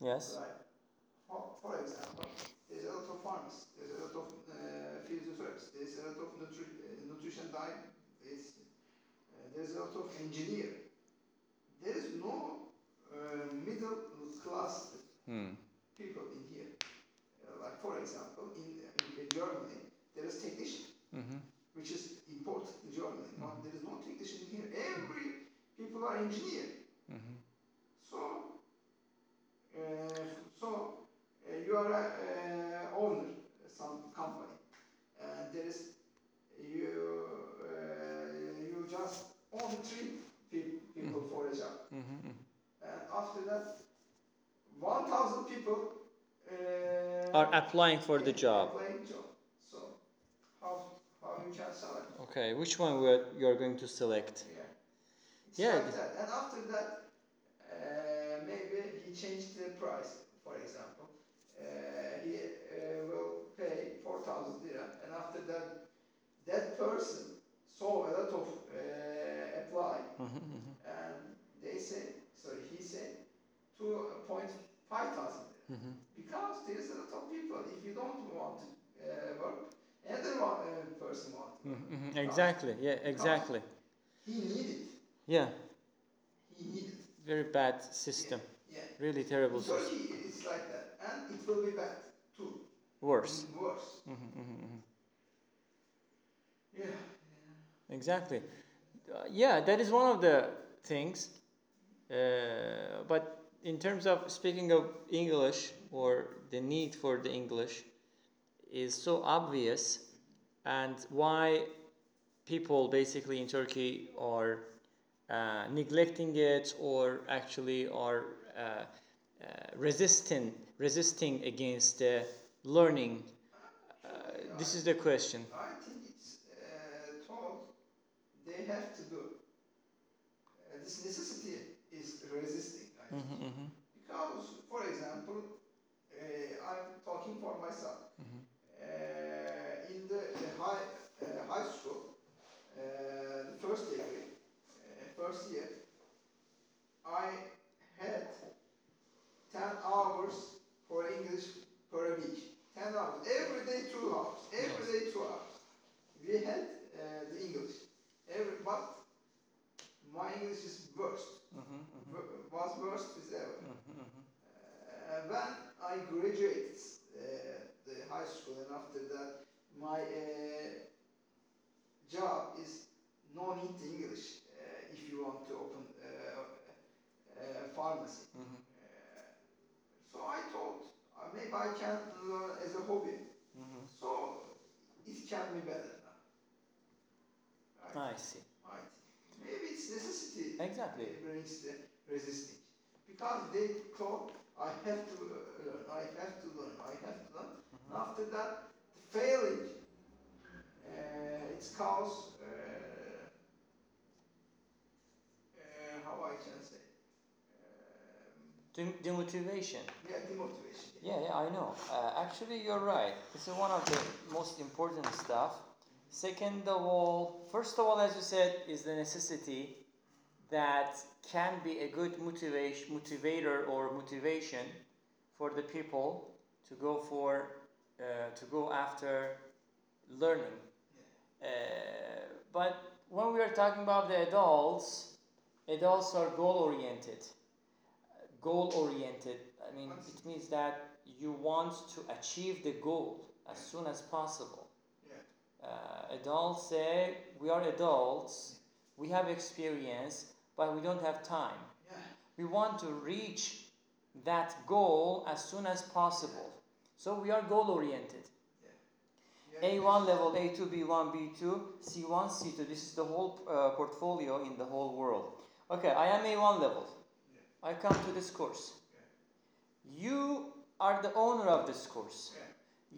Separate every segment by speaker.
Speaker 1: Yes.
Speaker 2: Like, for, for example, there's a lot of farms, there's a lot of uh, fields research, there's a lot of nutri- uh, nutrition diet, it's, uh, there's a lot of engineer. There is no uh, middle class
Speaker 1: Hmm.
Speaker 2: people in here. Uh, like for example, in, uh, in Germany, there is technician,
Speaker 1: Mhm.
Speaker 2: which is important in Germany,
Speaker 1: Mm-hmm.
Speaker 2: but there is no technician here. Every people are engineer.
Speaker 1: Mhm.
Speaker 2: So, uh, so uh, you are a uh, owner of some company, and there is you uh, you just own three pe- people for a job,
Speaker 1: Mhm. mhm.
Speaker 2: and after that, one thousand people uh,
Speaker 1: Are applying for the
Speaker 2: yeah,
Speaker 1: job.
Speaker 2: applying job. So how how you can select?
Speaker 1: Okay, which one we are, you're going to select?
Speaker 2: Yeah. It's
Speaker 1: Yeah,
Speaker 2: Like
Speaker 1: it-
Speaker 2: that. And after that, uh, maybe he changed the price, for example. Uh, he uh, will pay 4,000 lira. And after that, that person saw a lot of uh, apply.
Speaker 1: Mhm, mhm,
Speaker 2: And they say, sorry, he said 2.5,000 lira.
Speaker 1: mhm.
Speaker 2: Because there is a lot of people. If you don't want to uh, work, another one, uh, person wants.
Speaker 1: Mhm, mhm. exactly. Yeah, exactly.
Speaker 2: He needed.
Speaker 1: Yeah,
Speaker 2: He needed.
Speaker 1: very bad system.
Speaker 2: Yeah.
Speaker 1: Really terrible
Speaker 2: In
Speaker 1: system.
Speaker 2: Turkey it's like that, and it will be bad too.
Speaker 1: Worse.
Speaker 2: Worse.
Speaker 1: Mhm, mhm, mhm.
Speaker 2: Yeah.
Speaker 1: Exactly. Uh, yeah, that is one of the things. Uh, but in terms of speaking of English or the need for the English is so obvious, and why people basically in Turkey are uh, neglecting it or actually are uh, uh, resisting resisting against uh, learning. Uh, this is the question.
Speaker 2: I think it's uh, told they have to do. Uh, this necessity is resisting. I think.
Speaker 1: Mhm, mhm.
Speaker 2: Because, for example, uh, I'm talking for myself.
Speaker 1: Mhm.
Speaker 2: Uh, in the uh, high, uh, high school, uh, the first degree, uh, first year, I had 10 hours for English per week. 10 hours. Every day, 2 hours. Every day, 2 hours. We had uh, the English. Every, but my English is worst.
Speaker 1: Mhm, mhm.
Speaker 2: Wo- Was worst is ever.
Speaker 1: Mhm, mhm.
Speaker 2: Uh, when I graduated uh, the high school and after that my uh, job is no need the English uh, if you want to open uh, uh, pharmacy.
Speaker 1: Mhm.
Speaker 2: Uh, so I thought uh, maybe I can learn as a hobby.
Speaker 1: Mhm.
Speaker 2: So it can be better now. I,
Speaker 1: I see.
Speaker 2: I think. Maybe it's necessity
Speaker 1: Exactly.
Speaker 2: it brings the resisting. Because they thought, I have to learn, I have to learn, I have to learn.
Speaker 1: Mm-hmm.
Speaker 2: After that, failing, uh, it's cause, uh, uh, how I can say, um,
Speaker 1: The, the motivation.
Speaker 2: yeah, demotivation.
Speaker 1: Yeah, yeah, I know. Uh, actually, you're right. This is one of the most important stuff. Second of all, first of all, as you said, is the necessity that can be a good motivation, motivator or motivation for the people to go for uh, to go after learning. Uh, but when we are talking about the adults, adults are goal oriented. Goal oriented. I mean, it means that you want to achieve the goal as soon as possible. Uh, adults say we are adults, we have experience, but we don't have time.
Speaker 2: Yeah,
Speaker 1: We want to reach that goal as soon as possible. So we are goal oriented.
Speaker 2: yeah, yeah.
Speaker 1: A1 level, A2, B1, B2, C1, C2. This is the whole uh, portfolio in the whole world. Okay, I am A1 level. I come to this course. You are the owner of this course.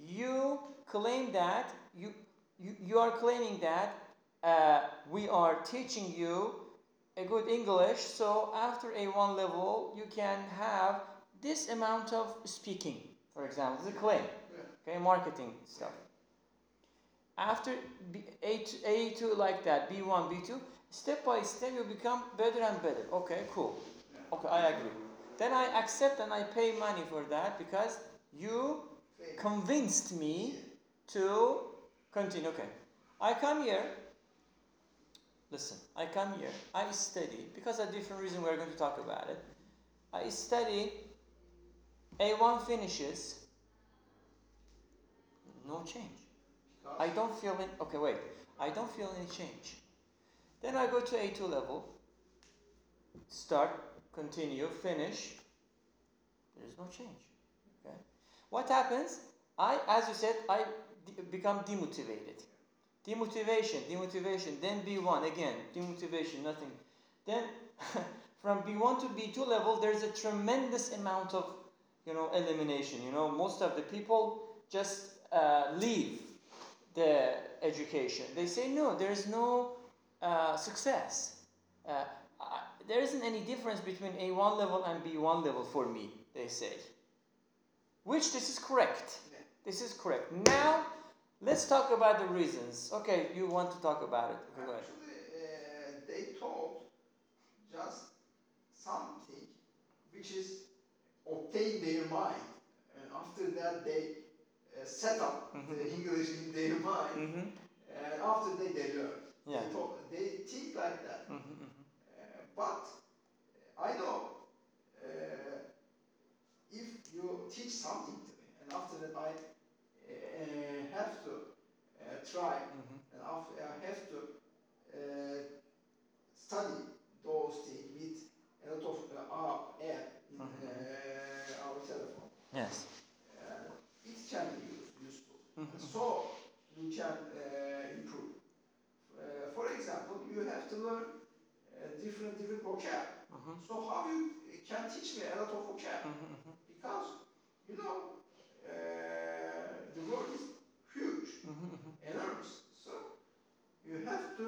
Speaker 1: You claim that you you, you are claiming that uh, we are teaching you a good English. So after A1 level, you can have this amount of speaking, for example, the claim. Okay, marketing stuff after B, A2, A2 like that, B1, B2, step by step you become better and better. Okay, cool. Okay, I agree. Then I accept and I pay money for that because you
Speaker 2: fail.
Speaker 1: convinced me to continue. Okay. I come here. Listen, I come here. I study because of different reason we're going to talk about it. I study A1 finishes. No change. I don't feel any. Okay, wait. I don't feel any change. Then I go to A2 level. Start, continue, finish. There is no change. Okay. What happens? I, as you said, I d- become demotivated. Demotivation, demotivation. Then B1 again. Demotivation, nothing. Then from B1 to B2 level, there's a tremendous amount of, you know, elimination. You know, most of the people just uh, leave the education. They say no, there is no uh, success. Uh, I, there isn't any difference between A1 level and B1 level for me. They say, which this is correct.
Speaker 2: Yeah.
Speaker 1: This is correct. Now let's talk about the reasons. Okay, you want to talk about it? Okay, go ahead.
Speaker 2: Actually, uh, they told just something which is obtained their mind, and after that they uh, set up the English in their mind,
Speaker 1: Mhm.
Speaker 2: and after that they learn.
Speaker 1: Yeah.
Speaker 2: They, talk, they think like that.
Speaker 1: Mhm, mhm.
Speaker 2: Uh, but I know uh, if you teach something to me, and after that I uh, have to uh, try, and after I eh, have to uh, study those things with a lot of uh, our app in uh, our telephone,
Speaker 1: Yes.
Speaker 2: uh, it can be use- useful.
Speaker 1: Mhm.
Speaker 2: So you can uh, improve. Uh, for example, you have to learn uh, different different vocab.
Speaker 1: Mhm.
Speaker 2: So how you eh, can teach me a lot of vocab?
Speaker 1: Mhm, mhm,
Speaker 2: Because you know uh, the world is huge,
Speaker 1: mhm, mhm.
Speaker 2: enormous. So you have to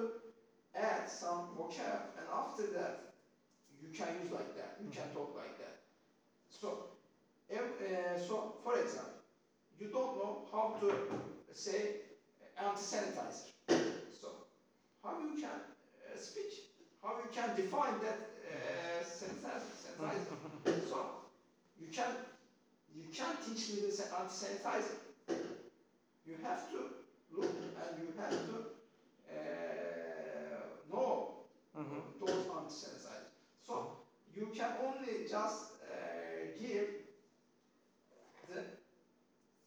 Speaker 2: add some vocab, and after that you can use like that. You can talk like that. So ev- uh, so for example, you don't know how to say anti-sanitizer. so how you can uh, speak? How you can define that uh, sanitizer? sanitizer? so you can you can teach me this anti-sanitizer. You have to look and you have to uh, know those anti-sanitizer. So you can only just uh, give the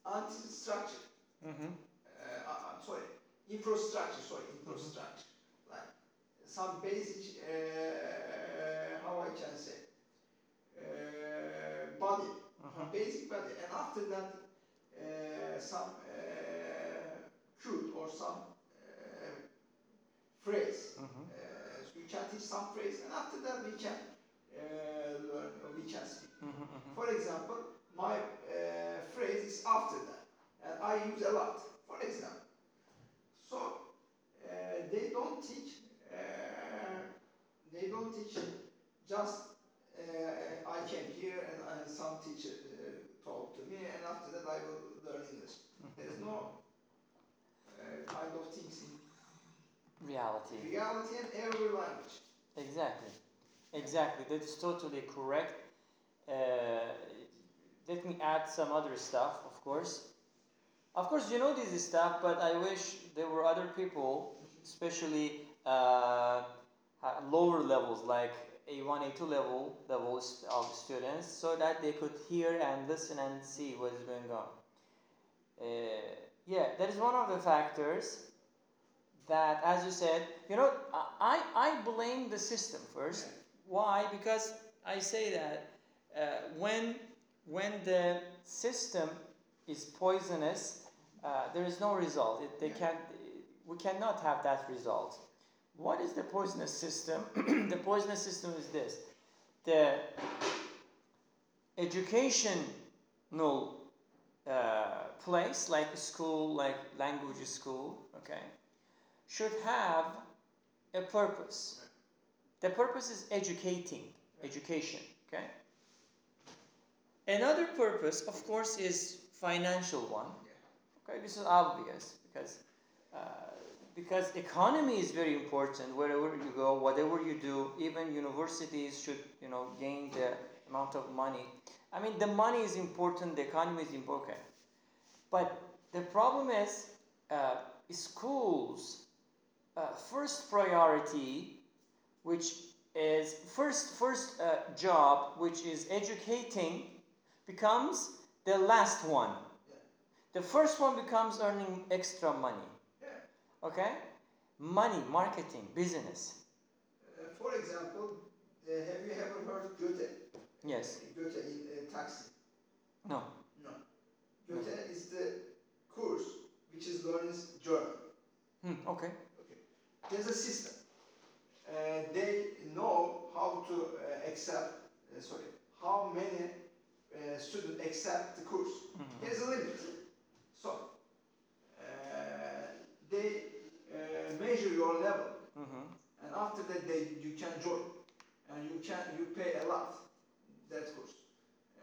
Speaker 2: anti-structure
Speaker 1: Mhm.
Speaker 2: uh, uh, sorry, infrastructure, sorry, infrastructure, like some basic, uh, how I can say, uh, body, some basic body, and after that, uh, some uh, cute or some uh, phrase.
Speaker 1: Mhm.
Speaker 2: Uh, so you can teach some phrase, and after that we can uh, learn, we can speak.
Speaker 1: Mhm, mhm.
Speaker 2: For example, my uh, phrase is after that, and I use a lot. For example, so uh, they don't teach. Uh, they don't teach just. Uh, I came here and uh, some teacher uh, talked to me, and after that I will learn English. There's no uh, kind of things in
Speaker 1: Reality.
Speaker 2: reality in every language.
Speaker 1: Exactly, exactly. That is totally correct. Uh, let me add some other stuff, of course. Of course, you know this stuff, but I wish there were other people, especially uh, ha- lower levels, like A1, A2 level levels of students, so that they could hear and listen and see what is going on. Uh, yeah, that is one of the factors that, as you said, you know, I, I blame the system first. Why? Because I say that uh, when, when the system is poisonous, uh, there is no result. It, they can't, we cannot have that result. What is the poisonous system? the poisonous system is this the educational uh, place, like school, like language school, okay, should have a purpose. The purpose is educating, education, okay? Another purpose, of course, is financial one. Okay, this is obvious because uh, because economy is very important wherever you go, whatever you do. Even universities should you know gain the amount of money. I mean, the money is important, the economy is important. But the problem is, uh, schools, uh, first priority, which is first, first uh, job, which is educating, becomes the last one. The first one becomes earning extra money. Okay? Money, marketing, business.
Speaker 2: Uh, for example, uh, have you ever heard Goethe?
Speaker 1: Yes.
Speaker 2: Goethe in uh, Taksim.
Speaker 1: No.
Speaker 2: No. Goethe is the course which is learns German.
Speaker 1: Hmm, okay.
Speaker 2: Okay. There's a system. Uh, they know how to uh, accept, uh, sorry, how many uh, students accept the course. There's a limit. So, uh, they uh, measure your level
Speaker 1: Mm-hmm.
Speaker 2: and after that they, you can join and you can you pay a lot that course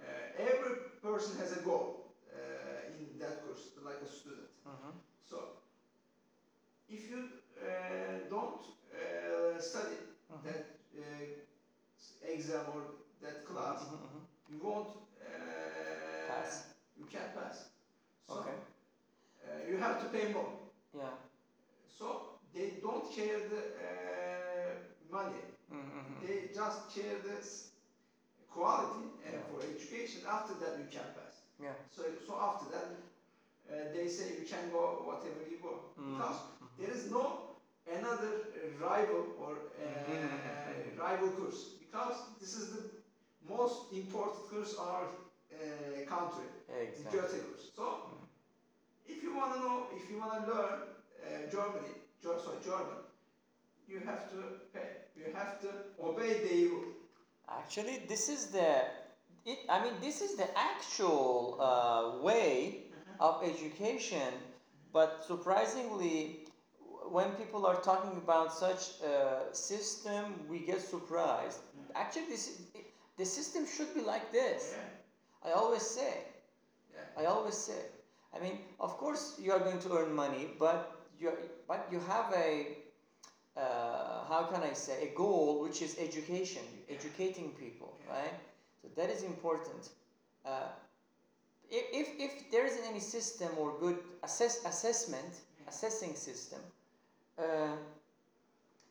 Speaker 2: uh, every person has a goal uh, in that course like a student
Speaker 1: Mm-hmm.
Speaker 2: so if you uh, don't uh, study
Speaker 1: Mhm.
Speaker 2: that uh, exam or that class
Speaker 1: Mm-hmm,
Speaker 2: you won't uh,
Speaker 1: Pass.
Speaker 2: you can't pass so
Speaker 1: Okay.
Speaker 2: uh, you have to pay more
Speaker 1: Yeah.
Speaker 2: so they don't share the uh, money
Speaker 1: Mm-hmm.
Speaker 2: They just share this quality and
Speaker 1: Yeah.
Speaker 2: for education. After that, you can pass.
Speaker 1: Yeah.
Speaker 2: So, so after that, uh, they say you can go whatever you go
Speaker 1: Mm.
Speaker 2: because there is no another uh, rival or uh,
Speaker 1: Mhm.
Speaker 2: rival course because this is the most important course our uh, country, the
Speaker 1: Exactly.
Speaker 2: Goethe course. So, if you want to know, if you want to learn uh, Germany, Ger- sorry, German, you have to pay. You have to obey the rule.
Speaker 1: Actually, this is the. It, I mean, this is the actual uh, way of education, but surprisingly, w- when people are talking about such a system, we get surprised. Actually, this, it, the system should be like this. I always say. I always say. I mean, of course, you are going to earn money, but you but you have a uh, how can I say a goal, which is education, educating people,
Speaker 2: Yeah.
Speaker 1: right? So that is important. Uh, if, if, if there isn't any system or good assess, assessment, assessing system, uh,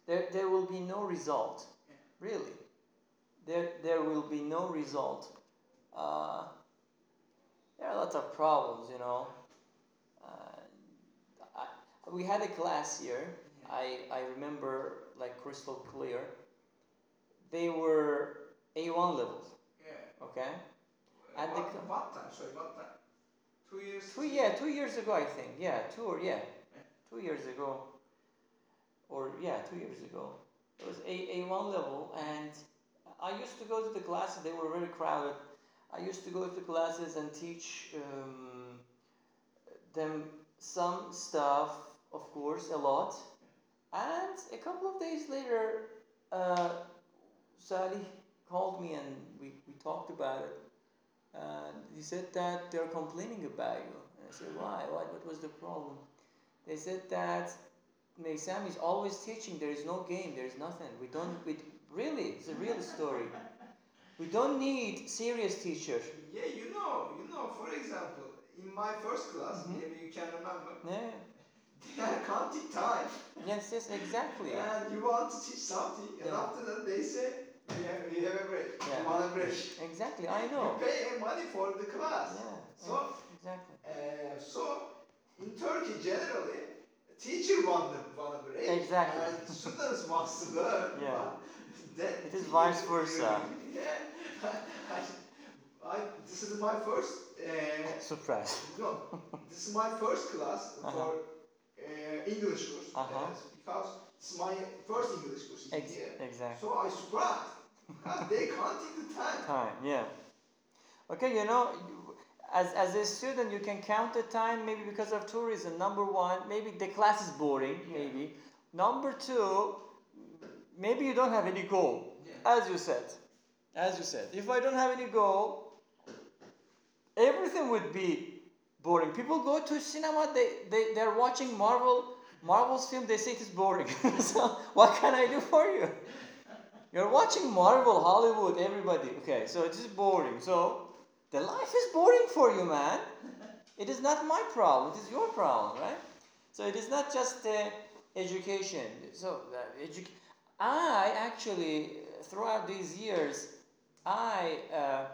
Speaker 1: there, there will be no result,
Speaker 2: Yeah.
Speaker 1: really. There, there will be no result. Uh, there are lots of problems, you know. Uh, I, we had a class here. I, I remember like crystal clear. They were A1 level,
Speaker 2: Yeah.
Speaker 1: okay?
Speaker 2: At
Speaker 1: At the
Speaker 2: what,
Speaker 1: co-
Speaker 2: what time? Sorry, what time? Two years.
Speaker 1: Two yeah, two years ago I think. Yeah, two or yeah,
Speaker 2: Yeah.
Speaker 1: two years ago. Or yeah, two years ago. It was A A one level, and I used to go to the classes. They were very crowded. I used to go to classes and teach um, them some stuff, of course, a lot. And a couple of days later, uh, Salih called me and we, we talked about it. And he said that they're complaining about you. And I said, why? What, what was the problem? They said that Meysam is always teaching. There is no game. There is nothing. We don't. We really. It's a real story. We don't need serious teacher.
Speaker 2: Yeah, you know, you know. For example, in my first class,
Speaker 1: Mm-hmm.
Speaker 2: maybe you can remember,
Speaker 1: Yeah.
Speaker 2: they are counting time,
Speaker 1: Yes. Yes. Exactly.
Speaker 2: and you want to teach something, and
Speaker 1: Yeah.
Speaker 2: after that they say, we have, we have a break.
Speaker 1: Yeah.
Speaker 2: You want a break?
Speaker 1: Exactly. I know.
Speaker 2: You pay money for the class.
Speaker 1: Yeah.
Speaker 2: So.
Speaker 1: Exactly.
Speaker 2: Uh, so in Turkey generally, teacher want the want the break,
Speaker 1: Exactly.
Speaker 2: and eh, students want to learn.
Speaker 1: Yeah.
Speaker 2: but That
Speaker 1: It is vice versa.
Speaker 2: yeah, I, I, this is my first. Uh,
Speaker 1: Surprise.
Speaker 2: no, this is my first class
Speaker 1: Uh-huh.
Speaker 2: for uh, English course
Speaker 1: Uh-huh.
Speaker 2: yes, because it's my first English course in
Speaker 1: Ex-
Speaker 2: here.
Speaker 1: exactly.
Speaker 2: So I surprised because they counting the time.
Speaker 1: Time. Yeah. Okay. You know. you- As, as a student, you can count the time maybe because of tourism. Number one, maybe the class is boring.
Speaker 2: Yeah.
Speaker 1: Maybe. Number two, maybe you don't have any goal.
Speaker 2: Yeah.
Speaker 1: As you said, as you said, if I don't have any goal, everything would be boring. People go to cinema, they, they, they're watching Marvel, Marvel's film, they say it is boring. so what can I do for you? You're watching Marvel, Hollywood, everybody. Okay, so it's just boring. So the life is boring for you, man. It is not my problem. It is your problem, right? So it is not just uh, education. So uh, edu- I actually uh, throughout these years, I uh,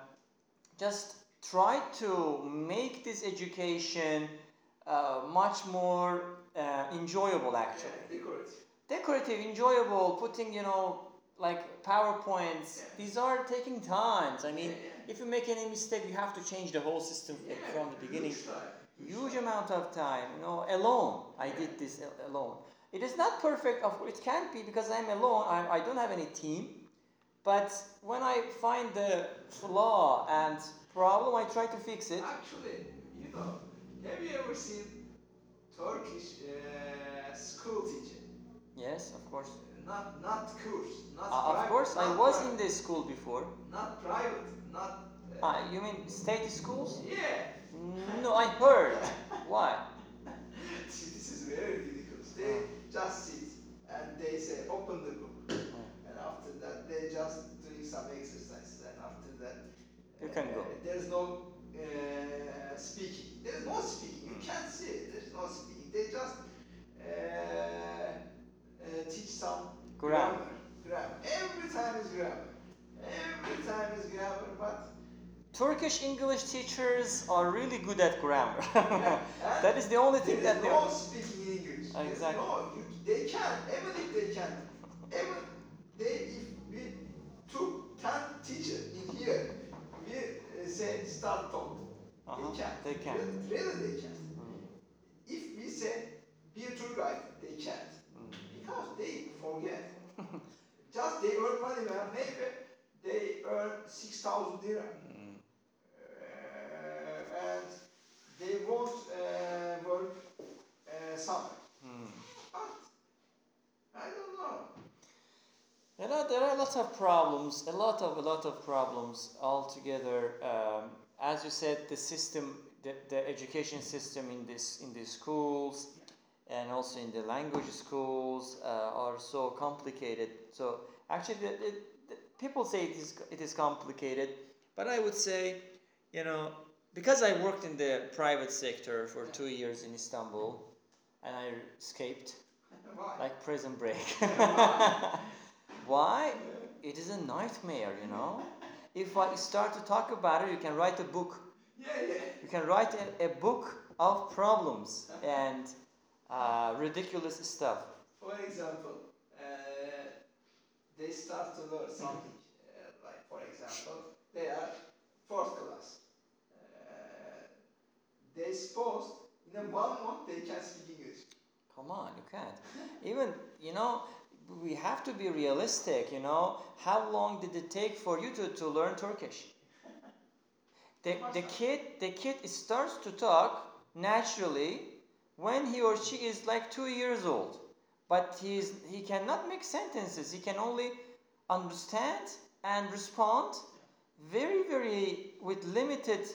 Speaker 1: just try to make this education uh, much more uh, enjoyable. Actually,
Speaker 2: decorate.
Speaker 1: decorative, enjoyable, putting, you know, like PowerPoints.
Speaker 2: Yeah.
Speaker 1: These are taking times. I mean,
Speaker 2: Yeah, yeah.
Speaker 1: if you make any mistake, you have to change the whole system
Speaker 2: Yeah,
Speaker 1: from the beginning.
Speaker 2: huge time.
Speaker 1: Huge amount of time, you know, alone. I did this al- alone. It is not perfect. Of it can't be because I'm alone. I, I don't have any team. But when I find the flaw and problem, I try to fix it.
Speaker 2: Actually, you know, have you ever seen Turkish uh, school teacher?
Speaker 1: Yes, of course.
Speaker 2: Not not course, not
Speaker 1: Uh,
Speaker 2: private,
Speaker 1: of course, I
Speaker 2: not
Speaker 1: was
Speaker 2: pri-
Speaker 1: in this school before.
Speaker 2: not private, not. uh,
Speaker 1: Uh, you mean state schools?
Speaker 2: yeah.
Speaker 1: Mm. No, I heard. Why?
Speaker 2: this is very ridiculous. They
Speaker 1: Hmm.
Speaker 2: just sit and they say open the book,
Speaker 1: Hmm.
Speaker 2: and after that they just doing some exercises, and after that
Speaker 1: You can go.
Speaker 2: There's no uh, speaking. There's no speaking.
Speaker 1: Hmm.
Speaker 2: You can't see it. There's no speaking. They just uh, uh, teach some
Speaker 1: Grammar.
Speaker 2: Grammar. Every time is grammar. Every time is grammar, but
Speaker 1: Turkish English teachers are really good at grammar.
Speaker 2: and
Speaker 1: that is the only
Speaker 2: There
Speaker 1: thing
Speaker 2: is
Speaker 1: that they
Speaker 2: no speaking English. There is
Speaker 1: Exactly.
Speaker 2: No, you, they can. Even if they can, even they if we took ten teacher in here, we uh, say start talk.
Speaker 1: Uh-huh,
Speaker 2: They can't.
Speaker 1: they Mm. can't.
Speaker 2: Really, really they can't. If we say be true right, they can't
Speaker 1: Mm.
Speaker 2: because they forget. Just they earn money, man. Maybe they earn six thousand lira.
Speaker 1: Mm.
Speaker 2: Uh, and they won't uh, work uh, summer.
Speaker 1: Hmm.
Speaker 2: But I don't know.
Speaker 1: You know, there are a lot of problems, a lot of, a lot of problems altogether. Um, as you said, the system, the, the education system in this in the schools, and also in the language schools uh, are so complicated. So actually, the, the, the, people say it is it is complicated, but I would say, you know, because I worked in the private sector for two years in Istanbul, and I escaped
Speaker 2: Why?
Speaker 1: like prison break. Why? It is a nightmare, you know. If I start to talk about it, you can write a book.
Speaker 2: yeah, yeah.
Speaker 1: You can write a, a book of problems and uh, ridiculous stuff.
Speaker 2: For example, uh, they start to learn something. Uh, like, for example, they are fourth class. Uh, they supposed in a one month they can speak English.
Speaker 1: Come on, you can't. Even you know, we have to be realistic. You know, how long did it take for you to, to learn Turkish? The, the kid the kid starts to talk naturally when he or she is like two years old, but he is, he cannot make sentences. He can only understand and respond very very with limited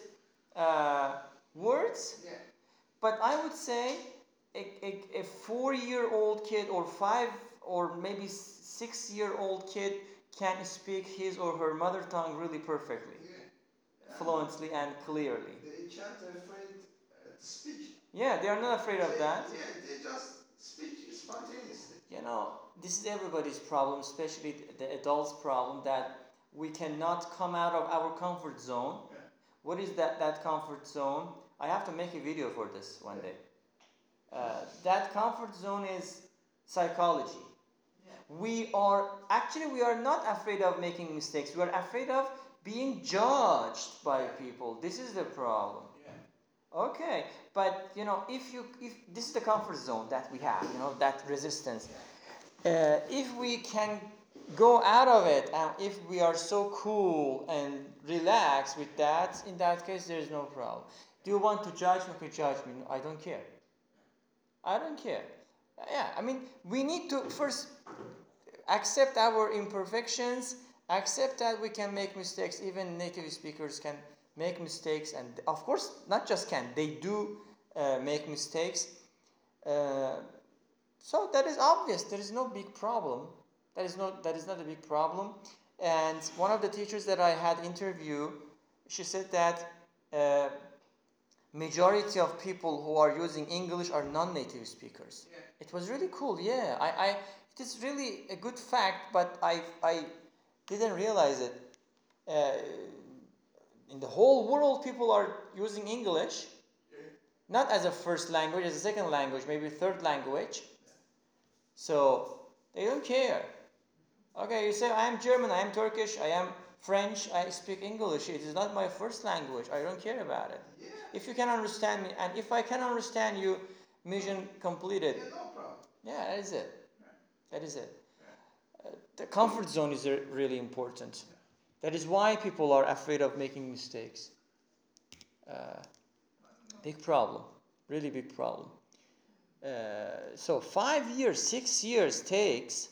Speaker 1: uh, words.
Speaker 2: Yeah.
Speaker 1: But I would say a, a, a four year old kid or five or maybe six year old kid can speak his or her mother tongue really perfectly,
Speaker 2: yeah.
Speaker 1: fluently, and clearly.
Speaker 2: Uh, They can't afraid uh, to speak.
Speaker 1: Yeah, they are not afraid of
Speaker 2: They-
Speaker 1: that.
Speaker 2: Yeah, they just speak spontaneously.
Speaker 1: You know, this is everybody's problem, especially the adults' problem that we cannot come out of our comfort zone. What is that, that comfort zone? I have to make a video for this one day. Uh, that comfort zone is psychology.
Speaker 2: Yeah.
Speaker 1: We are actually we are not afraid of making mistakes. We are afraid of being judged by people. This is the problem.
Speaker 2: Yeah.
Speaker 1: Okay, but you know, if you if this is the comfort zone that we have, you know, that resistance. Uh, if we can go out of it, and if we are so cool and relaxed with that, in that case, there is no problem. Do you want to judge me? You judge me. I don't care. I don't care. Yeah, I mean, we need to first accept our imperfections, accept that we can make mistakes. Even native speakers can make mistakes, and of course, not just can, they do uh, make mistakes. Uh, so that is obvious, there is no big problem. That is not that is not a big problem. And one of the teachers that I had interview, she said that uh, majority of people who are using English are non-native speakers.
Speaker 2: Yeah.
Speaker 1: It was really cool. Yeah, I, I it is really a good fact, but I I didn't realize it. Uh, in the whole world, people are using English not as a first language, as a second language, maybe third language. So they don't care. Okay, you say I am German, I am Turkish, I am French, I speak English. It is not my first language. I don't care about it.
Speaker 2: Yeah.
Speaker 1: If you can understand me, and if I can understand you, mission completed.
Speaker 2: Yeah, no problem.
Speaker 1: Yeah, that is it. That is it. Uh, the comfort zone is re- really important. That is why people are afraid of making mistakes. Uh, big problem, really big problem. Uh, so five years, six years takes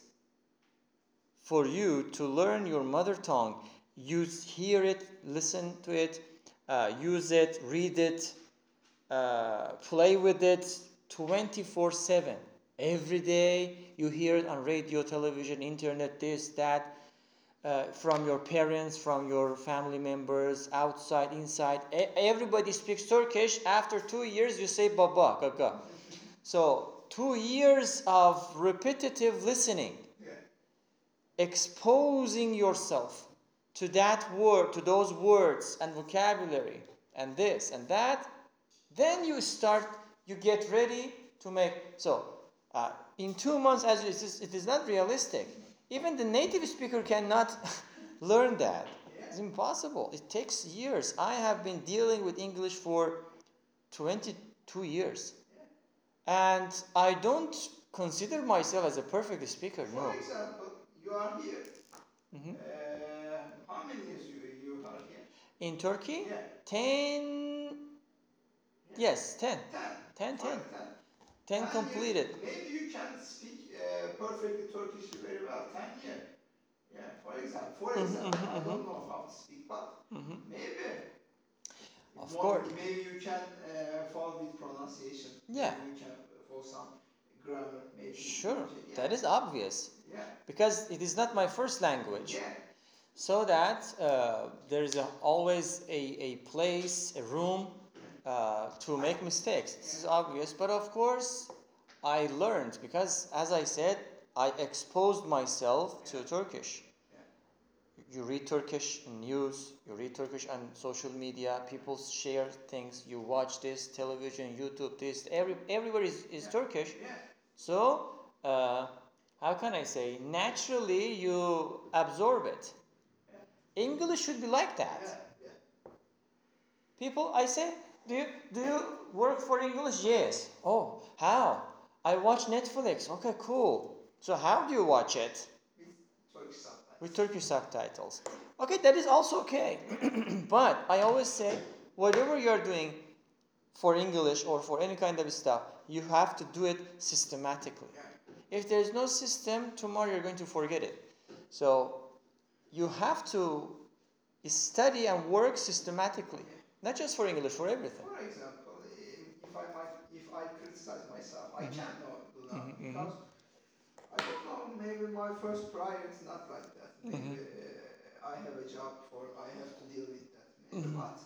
Speaker 1: for you to learn your mother tongue. You s- hear it, listen to it, uh, use it, read it, uh, play with it 24 7. Every day you hear it on radio, television, internet, this, that, uh, from your parents, from your family members, outside, inside. E- everybody speaks Turkish. After two years, you say baba, gaga. So, two years of repetitive listening
Speaker 2: Yeah.
Speaker 1: exposing yourself to that word, to those words and vocabulary, and this and that, then you start, you get ready to make. So, uh, in two months, as it is, it is not realistic. Even the native speaker cannot learn that. It's impossible. It takes years. I have been dealing with English for 22 years. And I don't consider myself as a perfect speaker, no.
Speaker 2: For example, you are here.
Speaker 1: Mm-hmm.
Speaker 2: Uh, how many years you, you are here?
Speaker 1: In Turkey?
Speaker 2: Yeah.
Speaker 1: 10. Yes, 10.
Speaker 2: Ten.
Speaker 1: 10, 10.
Speaker 2: Five, ten.
Speaker 1: 10
Speaker 2: Ten
Speaker 1: completed.
Speaker 2: years. Maybe you can speak uh, perfectly Turkish very well. Ten years. Yeah. For example, for
Speaker 1: Mm-hmm,
Speaker 2: example, I don't know how to speak, but maybe.
Speaker 1: Of
Speaker 2: More-
Speaker 1: course.
Speaker 2: Maybe you can uh, follow the pronunciation.
Speaker 1: Yeah.
Speaker 2: Maybe you can follow some grammar. Maybe.
Speaker 1: Sure,
Speaker 2: Yeah.
Speaker 1: that is obvious.
Speaker 2: Yeah.
Speaker 1: Because it is not my first language.
Speaker 2: Yeah.
Speaker 1: So that uh, there is a, always a, a place, a room uh, to make mistakes. This is obvious, but of course, I learned because, as I said, I exposed myself to Turkish. You read Turkish news, you read Turkish on social media, people share things, you watch this, television, YouTube, this, every, everywhere is, is Turkish.
Speaker 2: Yeah.
Speaker 1: So, uh, how can I say? Naturally, you absorb it. English should be like that.
Speaker 2: Yeah. Yeah.
Speaker 1: People, I say, do you, do you work for English? Yes. Oh, how? I watch Netflix. Okay, cool. So, how do you watch it?
Speaker 2: With Turkish subtitles.
Speaker 1: with Turkish subtitles. Okay, that is also okay. but I always say, whatever you are doing for English or for any kind of stuff, you have to do it systematically. If there is no system, tomorrow you're going to forget it. So you have to study and work systematically, not just for English, for everything.
Speaker 2: For example, if if I might, if I criticize myself, I can't know do that because I don't know. Maybe my first prior is not like that. Maybe uh, I have a job for I have to deal with that. Maybe but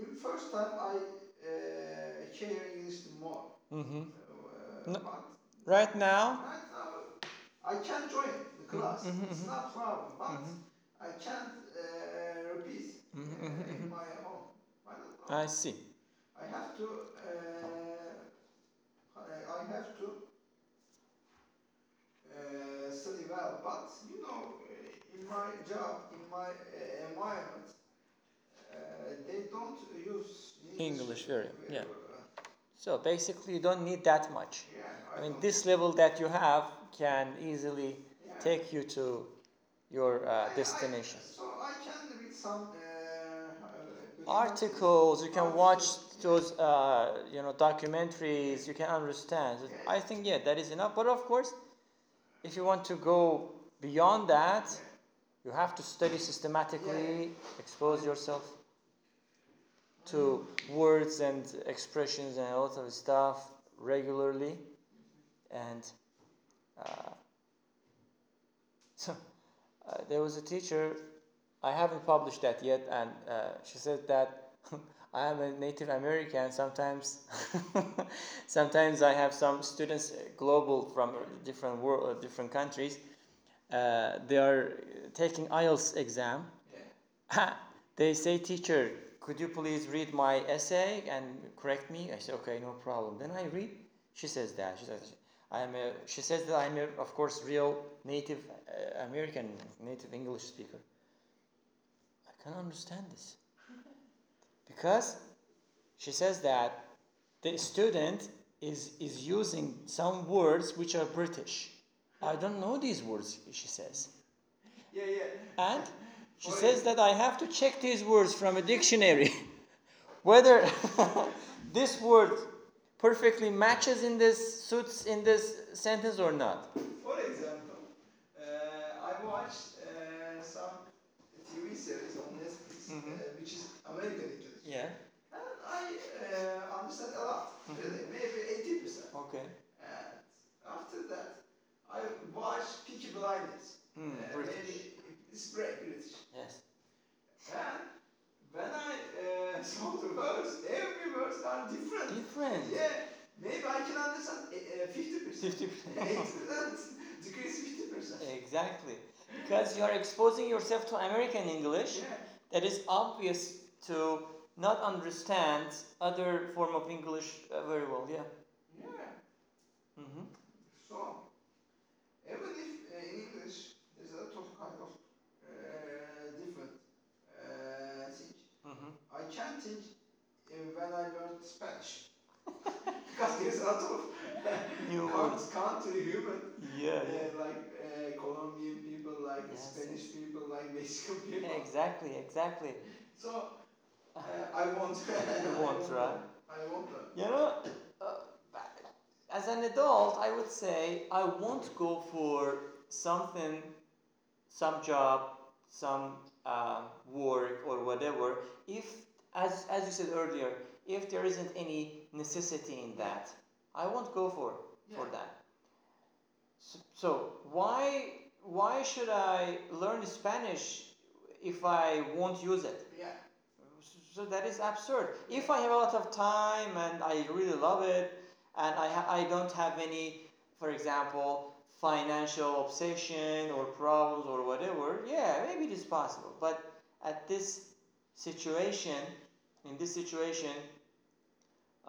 Speaker 2: in first time I uh, care English more.
Speaker 1: Mhm.
Speaker 2: Uh, But
Speaker 1: Right now,
Speaker 2: right now I can join the class. It's not problem, but I can't uh, repeat uh, in my home. I don't know.
Speaker 1: I see.
Speaker 2: I have to. Uh, I- I have to uh, study well, but you know, uh, in my job, in my uh, environment, uh, they don't use
Speaker 1: English very-
Speaker 2: very
Speaker 1: yeah.
Speaker 2: well.
Speaker 1: So basically, you don't need that much.
Speaker 2: Yeah,
Speaker 1: I
Speaker 2: I
Speaker 1: mean,
Speaker 2: don't-
Speaker 1: this level that you have can easily take you to
Speaker 2: I-
Speaker 1: your uh,
Speaker 2: I-
Speaker 1: destination.
Speaker 2: so I can read some uh, uh,
Speaker 1: Articles, you can watch
Speaker 2: articles.
Speaker 1: those, uh, you know, documentaries. You can understand. So I think yeah, that is enough. But of course, if you want to go beyond that, you have to study systematically, expose yourself to words and expressions and a lot of stuff regularly, and uh, So, uh, there was a teacher, I haven't published that yet, and uh, she said that I am a Native American. Sometimes, sometimes I have some students uh, global from different world, different countries. Uh, they are uh, taking IELTS exam. they say, teacher, could you please read my essay and correct me? I say, okay, no problem. Then I read. She says that. She says, I'm a, she says that I'm, a, of course, real native uh, American, native English speaker. I can't understand this. Because she says that the student is, is using some words which are British. I don't know these words, she says.
Speaker 2: Yeah, yeah.
Speaker 1: And she
Speaker 2: Or-
Speaker 1: says that I have to check these words from a dictionary whether this word perfectly matches in this suits in this sentence or not.
Speaker 2: For example, uh, I watched uh, some TV series on Netflix,
Speaker 1: Mhm.
Speaker 2: uh, which is American English.
Speaker 1: Yeah.
Speaker 2: And I uh, understand a lot, really, maybe 80%.
Speaker 1: Okay.
Speaker 2: And after that, I watched Peaky Blinders.
Speaker 1: Hmm,
Speaker 2: Uh,
Speaker 1: British.
Speaker 2: maybe It's very British.
Speaker 1: Yes.
Speaker 2: And when I uh, saw the words, every words are different.
Speaker 1: Different.
Speaker 2: Yeah, maybe I can understand uh, fifty percent.
Speaker 1: 50%.
Speaker 2: percent decrease fifty percent.
Speaker 1: Exactly. Because you are exposing yourself to American English
Speaker 2: Yeah,
Speaker 1: that is obvious to not understand other form of English uh, very well. Yeah.
Speaker 2: yeah.
Speaker 1: Mm-hmm.
Speaker 2: So even if uh, in English there's a lot of kind of uh, different uh, things,
Speaker 1: Mm-hmm.
Speaker 2: I can't think uh, when I learned Spanish.
Speaker 1: Mm-hmm.
Speaker 2: because there's a lot of
Speaker 1: New
Speaker 2: count- country human
Speaker 1: Yeah.
Speaker 2: Yeah, like uh, Colombian people, like
Speaker 1: Yes.
Speaker 2: Spanish people, like Mexican people.
Speaker 1: yeah. Exactly. Exactly.
Speaker 2: So uh, I want.
Speaker 1: You
Speaker 2: I
Speaker 1: want, right?
Speaker 2: I want that.
Speaker 1: You know, uh, as an adult, I would say I won't go for something, some job, some um, work or whatever. If, as as you said earlier, if there isn't any necessity in that, I won't go for for
Speaker 2: Yeah.
Speaker 1: that. So, so why why should I learn Spanish if I won't use it?
Speaker 2: Yeah.
Speaker 1: So that is absurd. If I have a lot of time and I really love it, and I, ha- I don't have any, for example, financial obsession or problems or whatever, yeah, maybe it is possible. But at this situation, in this situation,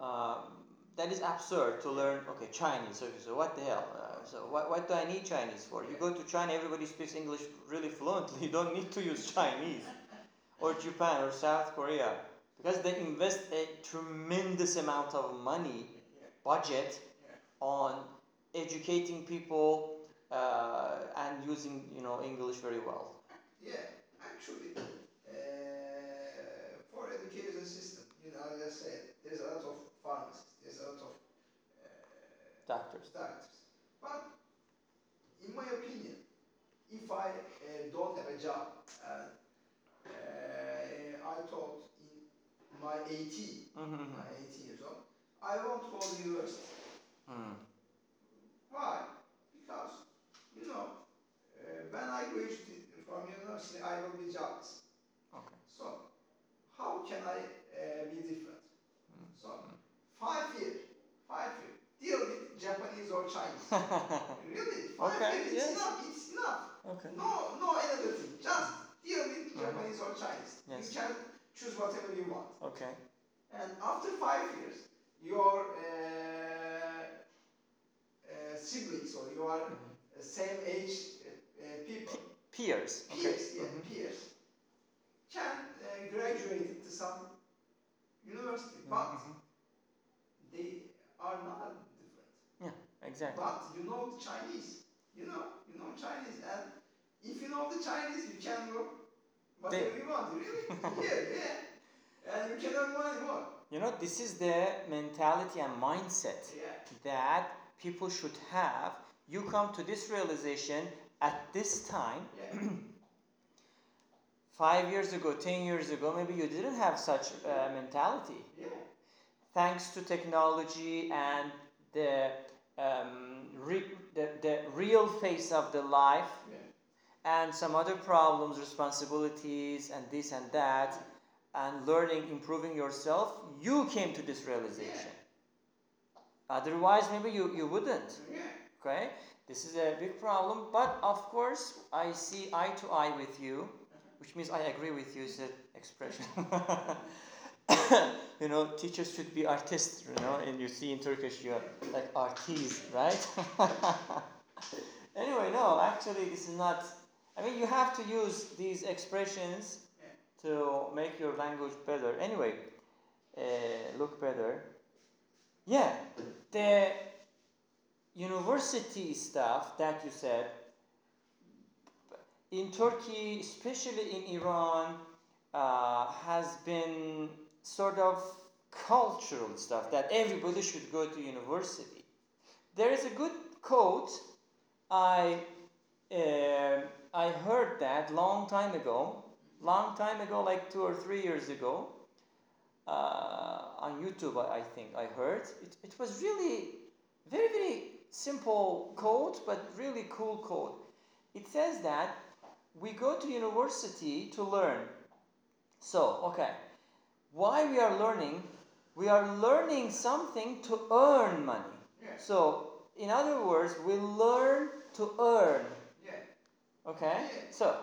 Speaker 1: um, that is absurd to learn, okay, Chinese. So, so what the hell? Uh, so what, what do I need Chinese for? You go to China, everybody speaks English really fluently. You don't need to use Chinese or Japan or South Korea because they invest a tremendous amount of money
Speaker 2: Yeah.
Speaker 1: budget
Speaker 2: Yeah.
Speaker 1: on educating people uh, and using you know English very well.
Speaker 2: Yeah. Actually, uh, for education system, you know, as I said, there's a lot of pharmacists, there's a lot of uh,
Speaker 1: Doctors.
Speaker 2: doctors. But in my opinion, if I uh, don't have a job, and uh, I thought in my 18,
Speaker 1: Mm-hmm.
Speaker 2: my 18 years old, I won't go to university. Why? Because, you know, uh, when I graduate from university, I will be jobless.
Speaker 1: Okay.
Speaker 2: So, how can I uh, be different?
Speaker 1: Mm.
Speaker 2: So, five years, five years, deal with Japanese or Chinese.
Speaker 1: Mm-hmm.
Speaker 2: really? Five
Speaker 1: Okay,
Speaker 2: years,
Speaker 1: yes.
Speaker 2: it's enough, it's enough.
Speaker 1: okay.
Speaker 2: No, no another thing. Just deal with Japanese or Chinese.
Speaker 1: Mm. Yes.
Speaker 2: You can choose whatever you want.
Speaker 1: Okay.
Speaker 2: And after five years, your uh, uh, siblings or your uh, same age uh, uh, people,
Speaker 1: Peers. Okay.
Speaker 2: peers, yeah,
Speaker 1: Mhm.
Speaker 2: peers, can uh, graduate to some university, but
Speaker 1: Mhm.
Speaker 2: they are not different.
Speaker 1: Exactly.
Speaker 2: But you know the Chinese, you know, you know Chinese, and if you know the Chinese, you can go whatever you want, really. yeah, yeah, and you can earn money more.
Speaker 1: You know this is the mentality and mindset.
Speaker 2: Yeah.
Speaker 1: that people should have. You come to this realization at this time,
Speaker 2: Yeah.
Speaker 1: five years ago, ten years ago, maybe you didn't have such uh, mentality.
Speaker 2: Yeah.
Speaker 1: Thanks to technology and the, um, re- the, the real face of the life
Speaker 2: Yeah.
Speaker 1: and some other problems, responsibilities, and this and that, and learning, improving yourself, you came to this realization. Otherwise, maybe you, you wouldn't.
Speaker 2: Yeah.
Speaker 1: Okay? This is a big problem, but of course, I see eye to eye with you, which means I agree with you, is the expression. you know, teachers should be artists, you know, and you see in Turkish, you're like artists, right? anyway, no, actually, this is not. I mean, you have to use these expressions to make your language better. Anyway, uh, look better. Yeah, the university stuff that you said in Turkey, especially in Iran, uh, has been sort of cultural stuff that everybody should go to university. There is a good quote I uh, I heard that long time ago, long time ago, like two or three years ago, uh, on YouTube. I, I think I heard it. It was really very very simple quote, but really cool quote. It says that we go to university to learn. So okay, why we are learning? We are learning something to earn money.
Speaker 2: Yeah.
Speaker 1: So, in other words, we learn to earn.
Speaker 2: Yeah.
Speaker 1: Okay? So,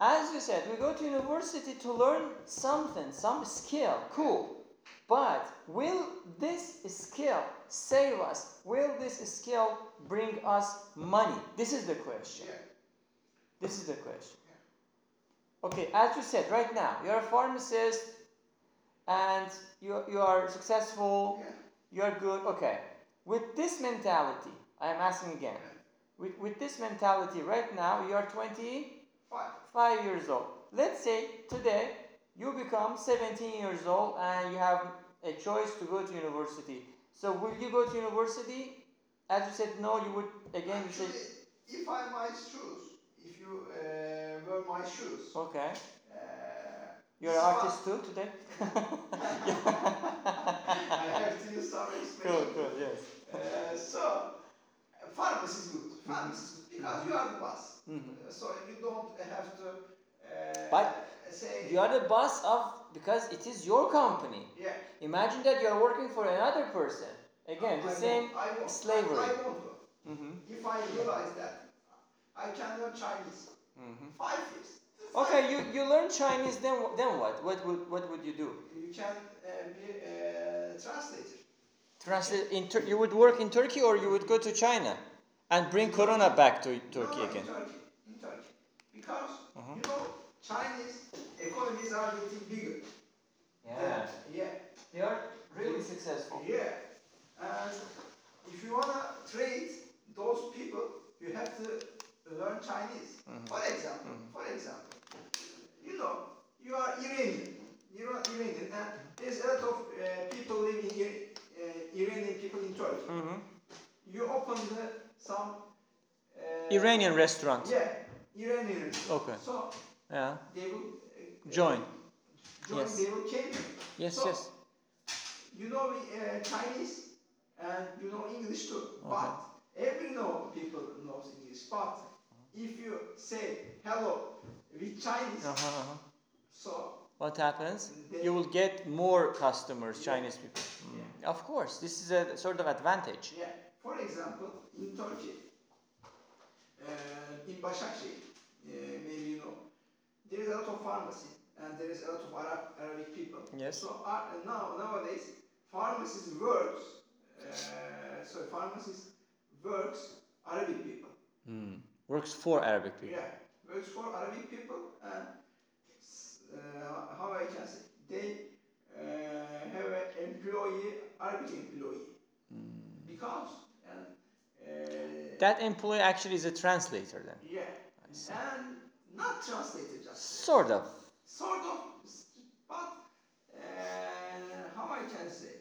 Speaker 1: as you said, we go to university to learn something, some skill. Cool. But will this skill save us? Will this skill bring us money? This is the question.
Speaker 2: Yeah.
Speaker 1: This is the question. Okay, as you said, right now, you're a pharmacist and you, you are successful,
Speaker 2: Yeah.
Speaker 1: you're good. Okay, with this mentality, I am asking again, with, with this mentality right now, you are 25
Speaker 2: Five.
Speaker 1: years old. Let's say today you become 17 years old and you have a choice to go to university. So, will you go to university? As you said, no, you would again, you say,
Speaker 2: Actually, if I my shoes, if you uh, wear my shoes,
Speaker 1: okay.
Speaker 2: uh,
Speaker 1: You're an
Speaker 2: it's
Speaker 1: artist
Speaker 2: fun.
Speaker 1: too today?
Speaker 2: I have to use some
Speaker 1: Cool,
Speaker 2: expression.
Speaker 1: cool, yes.
Speaker 2: Uh, so, uh, pharmacy is good. Pharmacy is good because you are the boss.
Speaker 1: Mhm.
Speaker 2: Uh, So you don't have to uh,
Speaker 1: But
Speaker 2: say
Speaker 1: You are the boss of, because it is your company.
Speaker 2: yeah.
Speaker 1: Imagine that you are working for another person. Again,
Speaker 2: I
Speaker 1: the
Speaker 2: won't-
Speaker 1: same
Speaker 2: I won't-
Speaker 1: slavery.
Speaker 2: I, I won't go.
Speaker 1: Mm-hmm.
Speaker 2: If I realize that, I can learn Chinese.
Speaker 1: Mhm.
Speaker 2: Five years.
Speaker 1: Okay, you, you learn Chinese, then wh- then what? What would what would you do?
Speaker 2: You can uh, be uh, a translator.
Speaker 1: Translate in Tur- you would work in Turkey or you would go to China and bring Corona back to Turkey
Speaker 2: No, no,
Speaker 1: again. Uh-huh.
Speaker 2: In Turkey, in Turkey. Because, you know, Chinese economies are getting bigger. Uh,
Speaker 1: Yeah,
Speaker 2: Yeah.
Speaker 1: they are really successful.
Speaker 2: Yeah. And if you want to trade those people, you have to learn Chinese.
Speaker 1: Mm-hmm.
Speaker 2: For example, for example, you know, you are Iranian. You are Iranian, and there's a lot of uh, people living here, uh, Iranian people in Turkey.
Speaker 1: Mhm.
Speaker 2: You open the, some uh,
Speaker 1: Iranian restaurant.
Speaker 2: Yeah, Iranian.
Speaker 1: Okay.
Speaker 2: So
Speaker 1: Yeah.
Speaker 2: they will uh,
Speaker 1: Join.
Speaker 2: Join.
Speaker 1: Yes.
Speaker 2: They will came.
Speaker 1: Yes,
Speaker 2: So,
Speaker 1: yes.
Speaker 2: you know uh, Chinese and you know English too. But every know people knows English. But if you say hello with Chinese,
Speaker 1: Uh-huh, uh-huh.
Speaker 2: so
Speaker 1: What happens? You will get more customers, Chinese people. Mm. Of course, this is a sort of advantage.
Speaker 2: yeah. For example, in Turkey, uh, in Başakşehir, uh, maybe you know, there is a lot of pharmacy and there is a lot of Arab Arabic people.
Speaker 1: Yes.
Speaker 2: So uh, now nowadays, pharmacies works. Uh, so pharmacies works Arabic people.
Speaker 1: Mm. Works for Arabic people.
Speaker 2: Yeah, works for Arabic people and s- uh, how I can say they uh, have an employee, Arabic employee, because and uh,
Speaker 1: That employee actually is a translator then.
Speaker 2: yeah, and not translated just
Speaker 1: Sort of.
Speaker 2: sort of, s- but uh, how I can say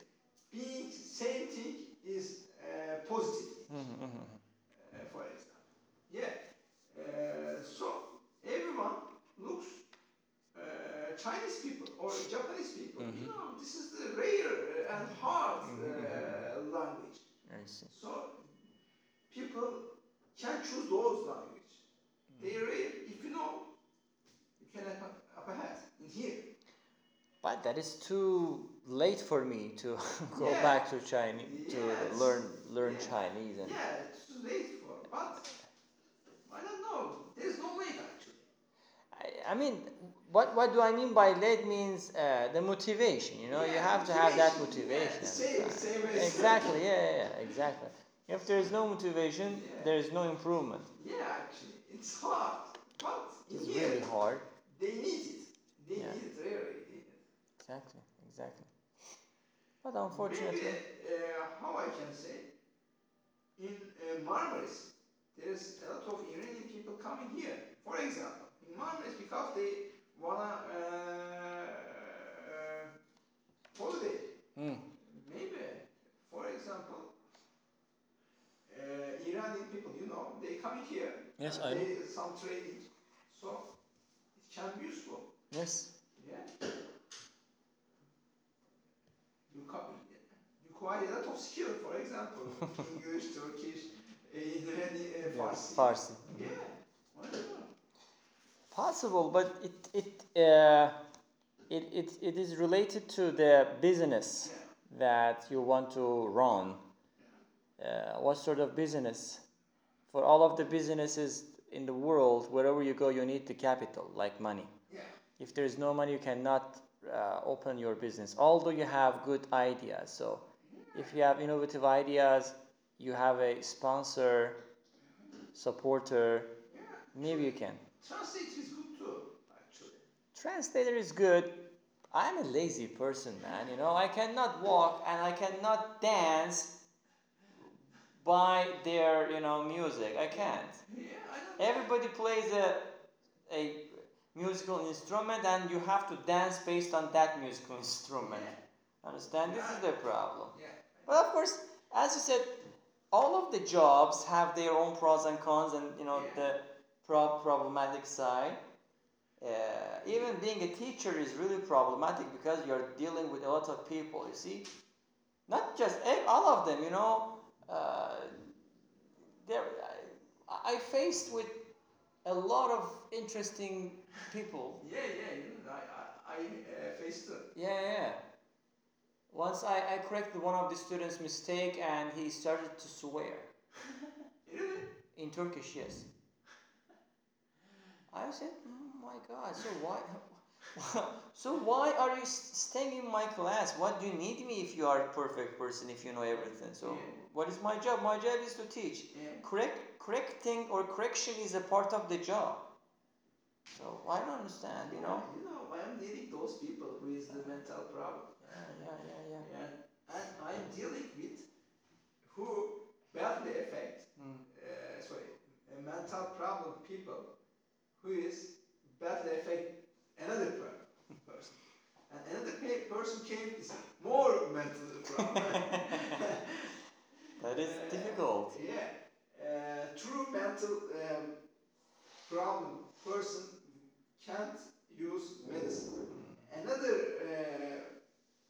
Speaker 2: being same thing is uh, positive.
Speaker 1: Mhm, mhm.
Speaker 2: uh, for example. Yeah. Uh, so everyone looks uh, Chinese people or
Speaker 1: Mm-hmm.
Speaker 2: Japanese people. You know, this is the rare eh, and hard
Speaker 1: Mm-hmm.
Speaker 2: uh, language.
Speaker 1: I see.
Speaker 2: So people can choose those language. They
Speaker 1: Mm-hmm.
Speaker 2: read, if you know, you can up, up ahead in here.
Speaker 1: But that is too late for me to go
Speaker 2: Yeah.
Speaker 1: back to Chinese to
Speaker 2: Yes.
Speaker 1: learn learn
Speaker 2: Yeah.
Speaker 1: Chinese and
Speaker 2: Yeah, it's too late for, but I don't know. There's no way actually.
Speaker 1: I, I mean what what do I mean by late means uh, the motivation you know you
Speaker 2: Yeah,
Speaker 1: have to have that
Speaker 2: motivation.
Speaker 1: motivation
Speaker 2: Yeah, same, same as
Speaker 1: exactly yeah, yeah yeah exactly if there is no motivation
Speaker 2: Yeah.
Speaker 1: there is no improvement
Speaker 2: Yeah, actually, it's hard, but in
Speaker 1: it's
Speaker 2: here
Speaker 1: really hard
Speaker 2: they need it. They
Speaker 1: Yeah.
Speaker 2: need it really. They need it.
Speaker 1: exactly exactly but unfortunately
Speaker 2: Maybe, uh, how I can say, in uh, Marmaris, there's a lot of Iranian people coming here. For example, in Marmaris because they wanna uh, uh, holiday.
Speaker 1: Hmm.
Speaker 2: Maybe, for example, uh, Iranian people, you know, they come here.
Speaker 1: Yes,
Speaker 2: and
Speaker 1: I know.
Speaker 2: They do some trading, so it can be useful.
Speaker 1: yes
Speaker 2: Yeah. You co- you acquire a lot of skill, for example, English, Turkish, uh, Iranian, uh,
Speaker 1: yeah,
Speaker 2: Farsi.
Speaker 1: Farsi.
Speaker 2: Yeah. I don't know.
Speaker 1: Possible, but it it uh, it, it it is related to the business
Speaker 2: Yeah.
Speaker 1: that you want to run. Uh, what sort of business? For all of the businesses in the world, wherever you go, you need the capital, like money.
Speaker 2: Yeah.
Speaker 1: If there is no money, you cannot uh, open your business. Although you have good ideas, so if you have innovative ideas, you have a sponsor, supporter,
Speaker 2: Yeah.
Speaker 1: maybe you can.
Speaker 2: Translate is good too, actually.
Speaker 1: Translator is good. I'm a lazy person, man. You know, I cannot walk and I cannot dance by their, you know, music. I can't.
Speaker 2: Yeah, I don't
Speaker 1: Everybody plays a, a musical instrument and you have to dance based on that musical instrument. Understand? This is the problem.
Speaker 2: Yeah.
Speaker 1: But of course, as you said, all of the jobs have their own pros and cons, and you know
Speaker 2: Yeah.
Speaker 1: the pro- problematic side. Uh, even being a teacher is really problematic because you're dealing with a lot of people. You see, not just eh, all of them. You know, uh, there I, I faced with a lot of interesting people
Speaker 2: Yeah, yeah, you know, I, I, I uh, faced it.
Speaker 1: Yeah, yeah. Once I, I corrected one of the students' mistake and he started to swear.
Speaker 2: Really?
Speaker 1: In Turkish, yes. I said, oh my god, so why? so why are you s- staying in my class? What do you need me if you are a perfect person, if you know everything? So
Speaker 2: Yeah.
Speaker 1: what is my job? My job is to teach.
Speaker 2: Yeah.
Speaker 1: Correct, correcting or correction is a part of the job. So I don't understand, you know?
Speaker 2: You know, I am dealing those people who is the mental problem.
Speaker 1: Yeah, yeah, yeah, yeah.
Speaker 2: Yeah. And I am dealing with who badly affect,
Speaker 1: Mm.
Speaker 2: uh, sorry, a mental problem people who is badly affect another per- person. And another pe- person came is more mental problem.
Speaker 1: That is
Speaker 2: Uh,
Speaker 1: difficult.
Speaker 2: Yeah. Uh, true mental um, problem person can't use medicine. Another uh,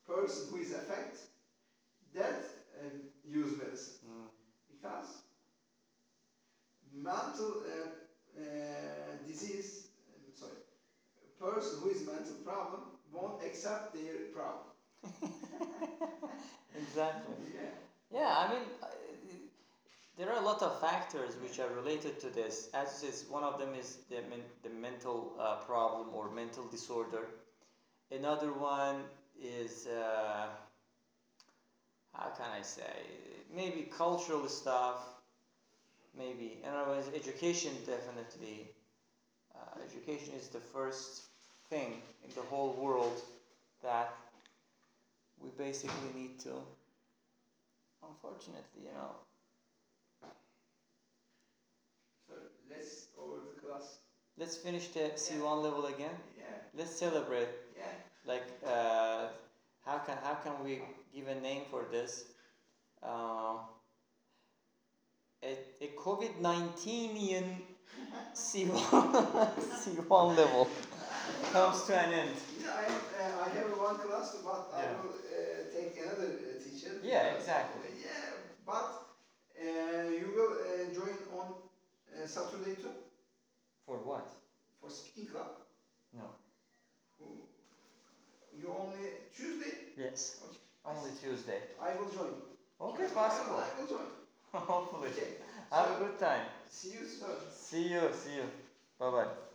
Speaker 2: person who is affected that um, use medicine because mental uh, uh, disease um, sorry person who is mental problem won't accept their problem.
Speaker 1: Exactly.
Speaker 2: Yeah.
Speaker 1: Yeah, I mean, uh, there are a lot of factors which are related to this. As you said, one of them is the, men- the mental uh, problem or mental disorder. Another one is, uh, how can I say, maybe cultural stuff, maybe. Another one is education, definitely. Uh, education is the first thing in the whole world that we basically need to unfortunately, you know.
Speaker 2: So let's over the class.
Speaker 1: Let's finish the C1 level again.
Speaker 2: Yeah.
Speaker 1: Let's celebrate.
Speaker 2: Yeah.
Speaker 1: Like, uh, how can how can we give a name for this? Uh, a, a COVID 19ian C1 C1 level comes to an end.
Speaker 2: Yeah, I have, uh, I have one class, but I
Speaker 1: Yeah.
Speaker 2: will uh, take another uh, teacher.
Speaker 1: Yeah, exactly.
Speaker 2: Yeah, but uh, you will uh, join on uh, Saturday too.
Speaker 1: For kids only Tuesday.
Speaker 2: I will join.
Speaker 1: Okay, possible. Um,
Speaker 2: I will join.
Speaker 1: Hopefully.
Speaker 2: Okay.
Speaker 1: Have a
Speaker 2: So,
Speaker 1: good time.
Speaker 2: see you soon.
Speaker 1: See you, see you. Bye bye.